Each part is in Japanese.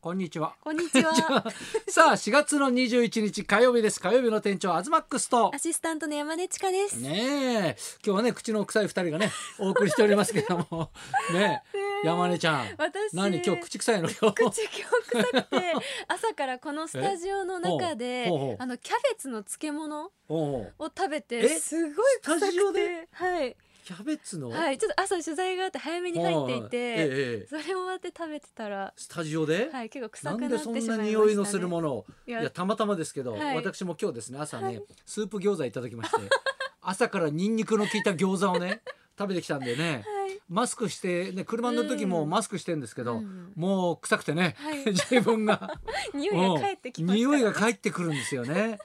こんにちは。こんにちは。 さあ、4月の21日火曜日です。火曜日の店長アズマックスとア。シスタントの山根千佳です。ねえ、今日はね、口の臭い二人 がね、お送りしておりますけれども。ねえ、山根ちゃん。私何、今日口臭いの今日。口今日臭くて朝からこ のスタジオの中でえほうほうほうあのキャベツの漬物を おう食べてえすごい臭スタジオくでてはいキャベツの。。はいいちょっと朝取材があって早めに入っていて、ええええそれ終わって食べてたらスタジオで。はい結構臭なくなんってでしそまいまんしたなね。匂いのするものをいいややたまたまですけど、はい私も今日ですね朝ね、はいスープ餃子いただきまして 朝からニンニクの効いた餃子をね食べてきたんでねはいマスクして、ね、車の時もうんマスクしてんですけど、うんもう臭くてね、は い自分が 匂いが返ってきました。匂いが返ってくるんですよね。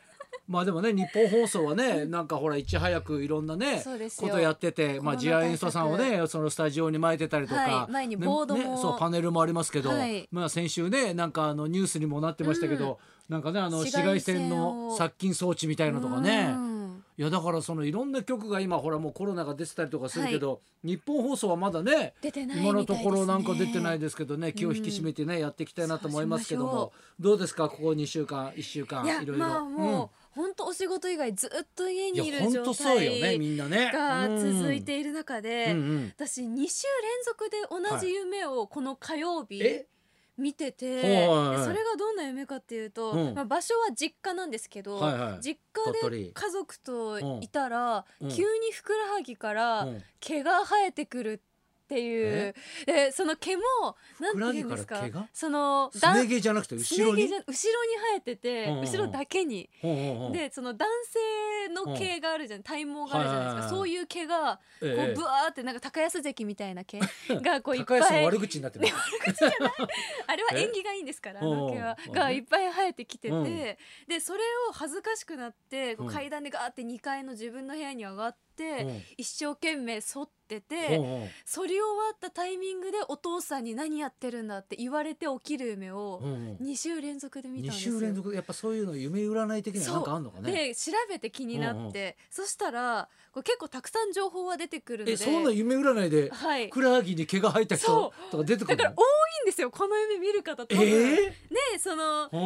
まあでもね日本放送はねなんかほらいち早くいろんなねそうですこよとやってて、まあ、コロナ次亜塩素酸をねそのスタジオに巻いてたりとか、はい前にボードもねねそうパネルもありますけど、はいまあ、先週ねなんかあのニュースにもなってましたけど、なんかねあの紫外線のを殺菌装置みたいなのとかね。うんいやだからそのいろんな局が今ほらもうコロナが出てたりとかするけど、日本放送はまだね出てないみた今いですねのところなんか出てないですけどね気を引き締めてね、やっていきたいなと思いますけどそうしもどうですかここ2週間1週間いやいろいろ。まあもう本当お仕事以外ずっと家うんにいいやる本状当そうよね態みんなね。が続いいている中うんでう。ん私2週連続で同じ夢をこの火曜日え見てて、はいでそれがどんな夢かっていうと、うんまあ、場所は実家なんですけど、はいはい実家鳥で取家族といたら、うん急にふくらはぎからうん毛が生えてくるっていう、でその毛もなんて言うんですふくらからぎから毛がそのすだんね毛じゃなくて後ろすね毛にじゃ後ろに生えてて、うんうんうん後ろだけに。ほうほうほうでその男性の毛があるじゃん、体毛があるじゃないですか、はいはいはいそういう毛がえこえうぶわーってなんか高安関みたいな毛 がこういっ高ぱい安の悪口になってます。 あれは縁起がいいんですからあの毛はうんがいっぱい生えてきてて、うんでそれを恥ずかしくなってこううん階段でガーって2階の自分の部屋に上がって、うん一生懸命剃ってほうて、ほ剃り終わったタイミングでお父さんに何やってるんだって言われて起きる夢うほをうほう2週連続で見二たんですよ。週連続やっぱそういうの夢占い的ななんかあんのかね。で調べて気になって、そしたらこう結構たくさん情報は出てくるのでえそんな夢占いではいふくらはぎに毛が生えた人とか出てくだるからの多いんですよこの夢見る方多分、えでそのえうん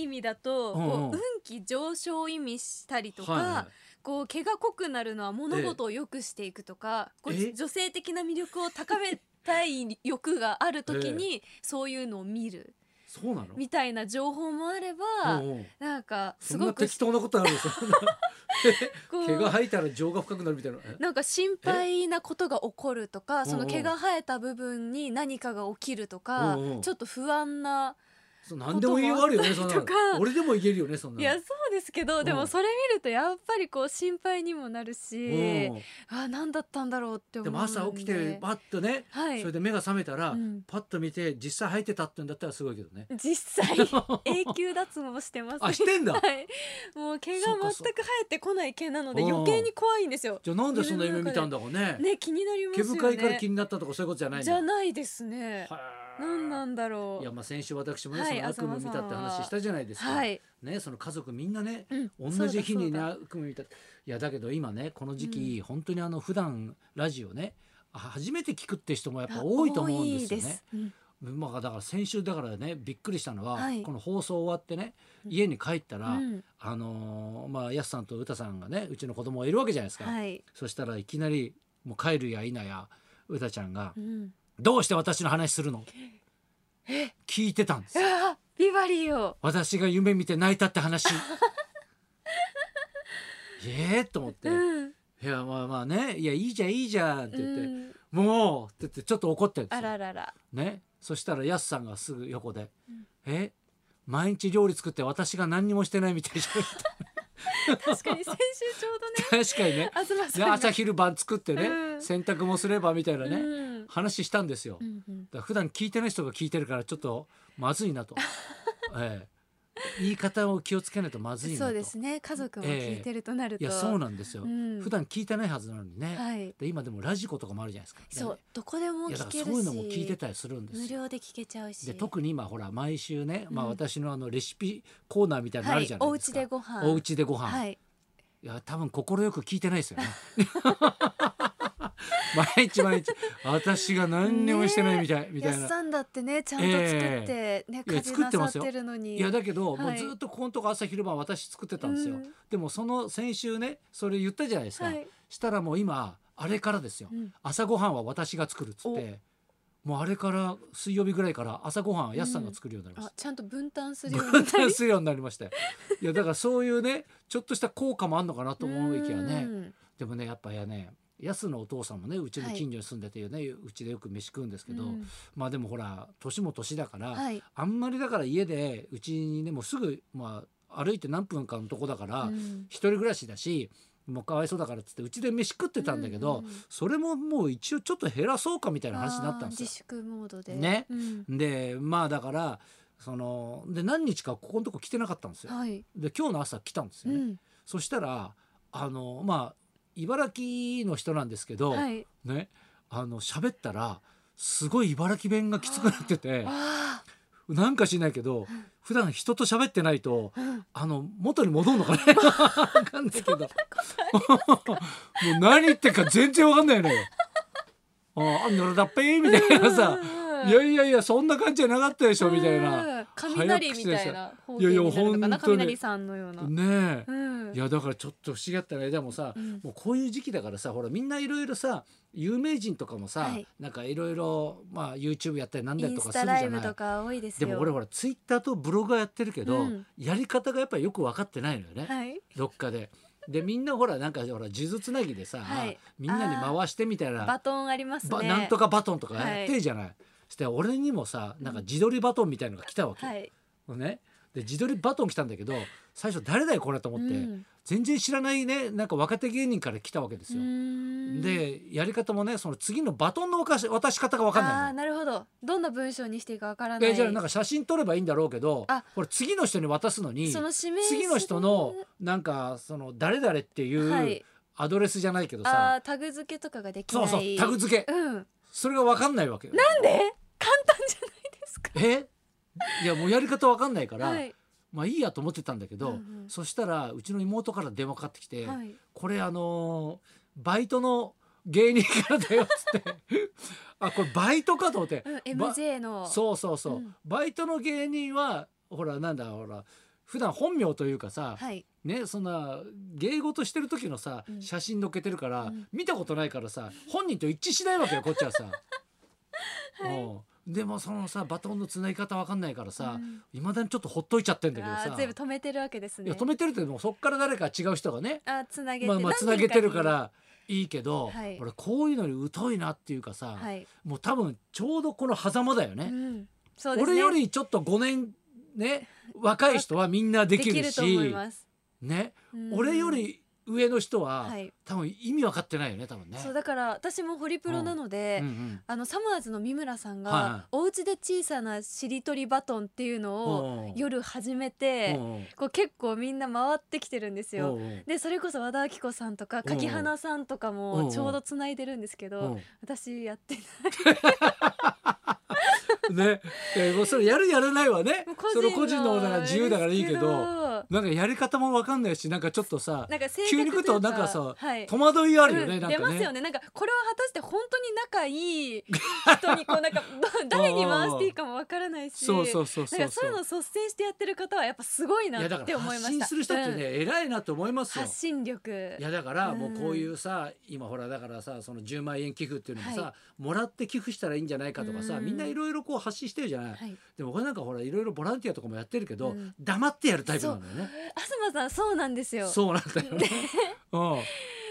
いい意味だと、うんうんこう運気上昇を意味したりとか、はいはいこう毛が濃くなるのは物事を良くしていくとか、こうえ女性的な魅力を高めたい欲がある時に、そういうのを見るそうなのみたいな情報もあれば、うんうんなんかそすんなごく適当なことあるんですよ こう毛が生えたら情が深くなるみたいなえなんか心配なことが起こるとかえそうんうのん毛が生えた部分に何かが起きるとか、うんうんちょっと不安なそう何でも言いようあるよねそんなのとか俺でも言えるよねそんなのいやそうですけど、うんでもそれ見るとやっぱりこう心配にもなるし、うあ何だったんだろうってんで思うも朝起きてバパッとねはそれいで目が覚めたらうんパッと見て実際生えてたってんだったらすごいけど ね 実際永久脱毛してますあしてんだはい、もう毛がそうか全くそう生えてこない毛なのでうん余計に怖いんですよじゃあなんでそんな夢見たんだろうねね気になります毛よね深いから気になったとかそういうことじゃないんじだゃないですねはあ何なんだろいうやまあ先週私もねはいその悪夢見たって話したじゃないですか、はい、ねその家族みんなねうん同じ日にねそうだ悪夢見たいやだけど今ねこの時期、本当にあの普段ラジオねあ初めて聞くって人もやっそうだぱ多いと思うんですよ多いね。うんまあだから先週だからねびっくりしたのは、はいこの放送終わってね家に帰ったら、うんあのーまあやすさんとうたさんがねうちの子供がいるわけじゃないですか、はい、そしたらいきなりもう帰るや否やうたちゃんがうん、 「どうして私の話するの?」聞いてたんですよあビバリーを私が夢見て泣いたって 話ええと思って「うんいやまあまあねいやいいじゃんいいじゃん」って言って「うんもう!」って言ってちょっと怒ってるんであすよ、らららね、そしたらやすさんがすぐ横で「うんえ毎日料理作って私が何にもしてないみたいじゃない確かに先週ちょうど ね 確かにね東さんでが朝昼晩作ってね、うん洗濯もすればみたいなね、うん話したんですよ。うんうんだから普段聞いてない人が聞いてるからちょっとまずい なと、ええ、言い方を気をつけないとまずいなとそうですね家族も聞いてるとなると、いやそうなんですよ、うん普段聞いてないはずなのにね、はいで今でもラジコとかもあるじゃないですかそうどこでもいやだ聞からけるしそういうのも聞いてたりするんで無すよ料で聞けちゃうしで特に今ほら毎週ね、まあ、うん私のあのレシピコーナーみたいなのあはるいじゃなおいで家すか、でご飯お家でご飯、、はいい や多分快く聞いてないですよね毎日毎日私が何にもしてないみたい、みたいやっな。さんだってねちゃんと作ってね、家事作っなてさまっすよてるのにいやだけど、はいもうずっとここのとこ朝昼晩私作ってたんですよ、うんでもその先週ねそれ言ったじゃないですか、はい、したらもう今あれからですよ、うん朝ごはんは私が作るっつってもうあれから水曜日ぐらいから朝ごはんはやすさんが作るようになりましあた、ちゃんと分担するようにな 分り担するようになりましたよいやだからそういうねちょっとした効果もあんのかなと思いきやねうんでもねやっぱやねやすのお父さんもねうちの近所に住んでてね、うちでよく飯食うんですけど、うんまあでもほら年も年だから、はい、あんまりだから家でうちにねもうすぐ、まあ、歩いて何分かのとこだから、うん一人暮らしだしもうかわいそうだからっつってうちで飯食ってたんだけど、うんうんそれももう一応ちょっと減らそうかみたいな話になったんですよあー自。粛モードでねうんでまあだからそので何日かここのとこ来てなかったんですよ。はい、で今日の朝来たんですうよね。んそしたらあのまあ茨城の人なんですけど、はい、ねあの喋ったらすごい茨城弁がきつくなっててあなんかしないけど普段人と喋ってないとーうんあの元に戻る のかねわかんないけどもう何言ってるか全然わかんないのよ。 ああぬるだっぺーみたいなさ「うんいやいやいやそんな感じじゃなかったでしょ」みたいな。うん雷みたいな方形いやいやになるの本当かなに雷さんのような、ねうえんいやだからちょっと不思議だったねでもさうんもうこういう時期だからさほらみんないろいろさ有名人とかもさ、はいなんかいろいろまあ YouTube やったりなんだイりンとかスするタじゃラないイブとか多いですでよも俺ほらツイッターとブログはやってるけど、うんやり方がやっぱりよく分かってないのよね、はいどっかで。でみんなほらなんかほら数珠つなぎでさ、はいみんなに回してみたいなバトンありますばねなんとかバトンとかはいやってるじゃない。して俺にもさなんか自撮りバトンみたいのが来たわけ、はいね。で自撮りバトン来たんだけど最初誰だよこれと思って、うん全然知らないねなんか若手芸人から来たわけですよ。ででやり方もねその次のバトンの渡し渡し方が分かんないのあよーなるほどどんな文章にしていいかわからないえじゃあなんか写真撮ればいいんだろうけどあこれ次の人に渡すのにその指名する次の人のなんかその誰々ってはいういアドレスじゃないけどさ、あータグ付けとかができなそいうそうタグ付けうんなんそれが分かんないわけよ。で簡単じゃないですかえいやもうやり方分かんないから、はいまあいいやと思ってたんだけど、うんうんそしたらうちの妹から電話かかってきて、はいこれあのーバイトの芸人からだよっつって あこれバイトかと思ってうん、ば MJ のそうそうそう、うんバイトの芸人はほらなんだほら普段本名というかさ、はいねそんな芸事してる時のさ、うん写真載っけてるから、うん見たことないからさ本人と一致しないわけよこっちは さ。うんでもそのさバトンのつなぎ方わかんないからさうんいま、未だにちょっとほっといちゃってんだけどあさー全部止めてるわけですいねや止めてるってもそっから誰か違う人がねあーつなげてまあまあ何つ人なげてるにからいいけど、はい俺こういうのに疎いなっていうかさ、はい、もう多分ちょうどこの狭間だようね。ん、そうですね俺よりちょっと5年ね若い人はみんなででききるると思いします、ねうん俺より上の人は、はい多分意味分かってないよね多分ね。そうだから私もホリプロなので、うんうんあのサマーズの三村さんが、はいはいお家で小さなしりとりバトンっていうのをおうおう夜始めて、おうおうこう結構みんな回ってきてるんですよ。おうおうでそれこそ和田アキ子さんとかおうおう柿花さんとかおうおもうちょうどつないでるんですけおど私やってないうね、いやもうそれやるやらないはねもうその個人のだから自由だからいいけどあなんかやり方も分かんないしなんかちょっとされですけどな急にんか性格行くというなんかさはい戸惑いあるよね、うんなん出かますよね。ねなんかこれは果たして本当に仲いい人にこ うなんかど誰に回していいかもわからないしそうそうそうなんそうかそういうのを率先してやってる方はやっぱすごいいなやだっかてら思いま発した信する人ってね、うん偉いなと思いますよ。発信力いやだからもうこういううさ、今ほらだからさその10万円寄付っていうのもさ、はもらって寄付したらいいんじゃないかとかさ、うんみんないろいろこう発信してるじゃない、はいでも俺なんかほらいろいろボランティアとかもやってるけど、うん黙ってやるタイプなんだよね東さんそうなんですよそうなんだよ ね、うん、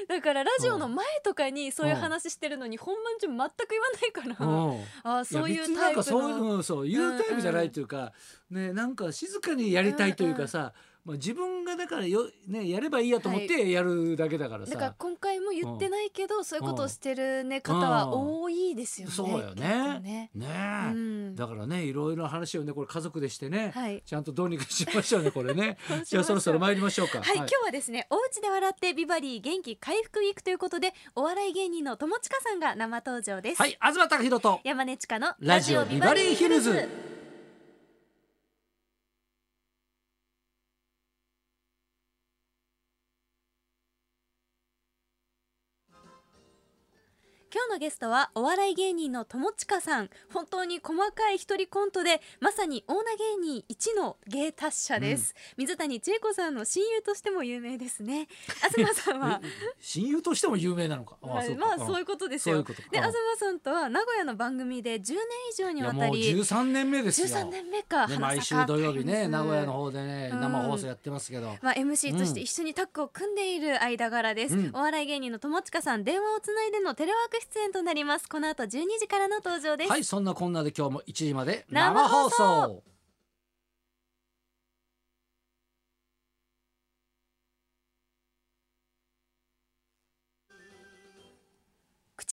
だからラジオの前とかにそういううん話してるのに本番中全く言わないからうんああいやそうい別にうなタんイプかそのういううんそういうタイプじゃないというか、ねなんか静かにやりたいというかさ、まあ、自分がだからよ、ね、やればいいやと思ってやるだけだからださ、から今回も言ってないけどそういうことをしてるね方は多いですよねそうよ結構ねねねうえ、んだからねいろいろ話をねこれ家族でしてね、はいちゃんとどうにかしましょうねこれね そうしましょうじゃあそろそろ参りましょうかはい、今日はですねお家で笑ってビバリー元気回復ウィークということでお笑い芸人の友近さんが生登場です、はい、東貴博と山根千佳のラジオビバリーヒルズ今日のゲストはお笑い芸人の友近さん本当に細かい一人コントでまさに女芸人一の芸達者です、水谷千恵子さんの親友としても有名で すね東さんは親友としても有名なのか。まあまあそういううことでですよそういうことか。でうん東さんとは名古屋の番組で10年以上にいやわたもうり十三年目ですよ。 13年目かで花毎坂週土曜日タイねムズ名古屋の方でねうん生放送やってますけど。まあ、MC として一緒にタッグを組んでいる間柄です、うんお笑い芸人の友近さん電話をつないでのテレワーク出演となりますこの後12時からの登場です、はいそんなこんなで今日も1時まで生放送生放送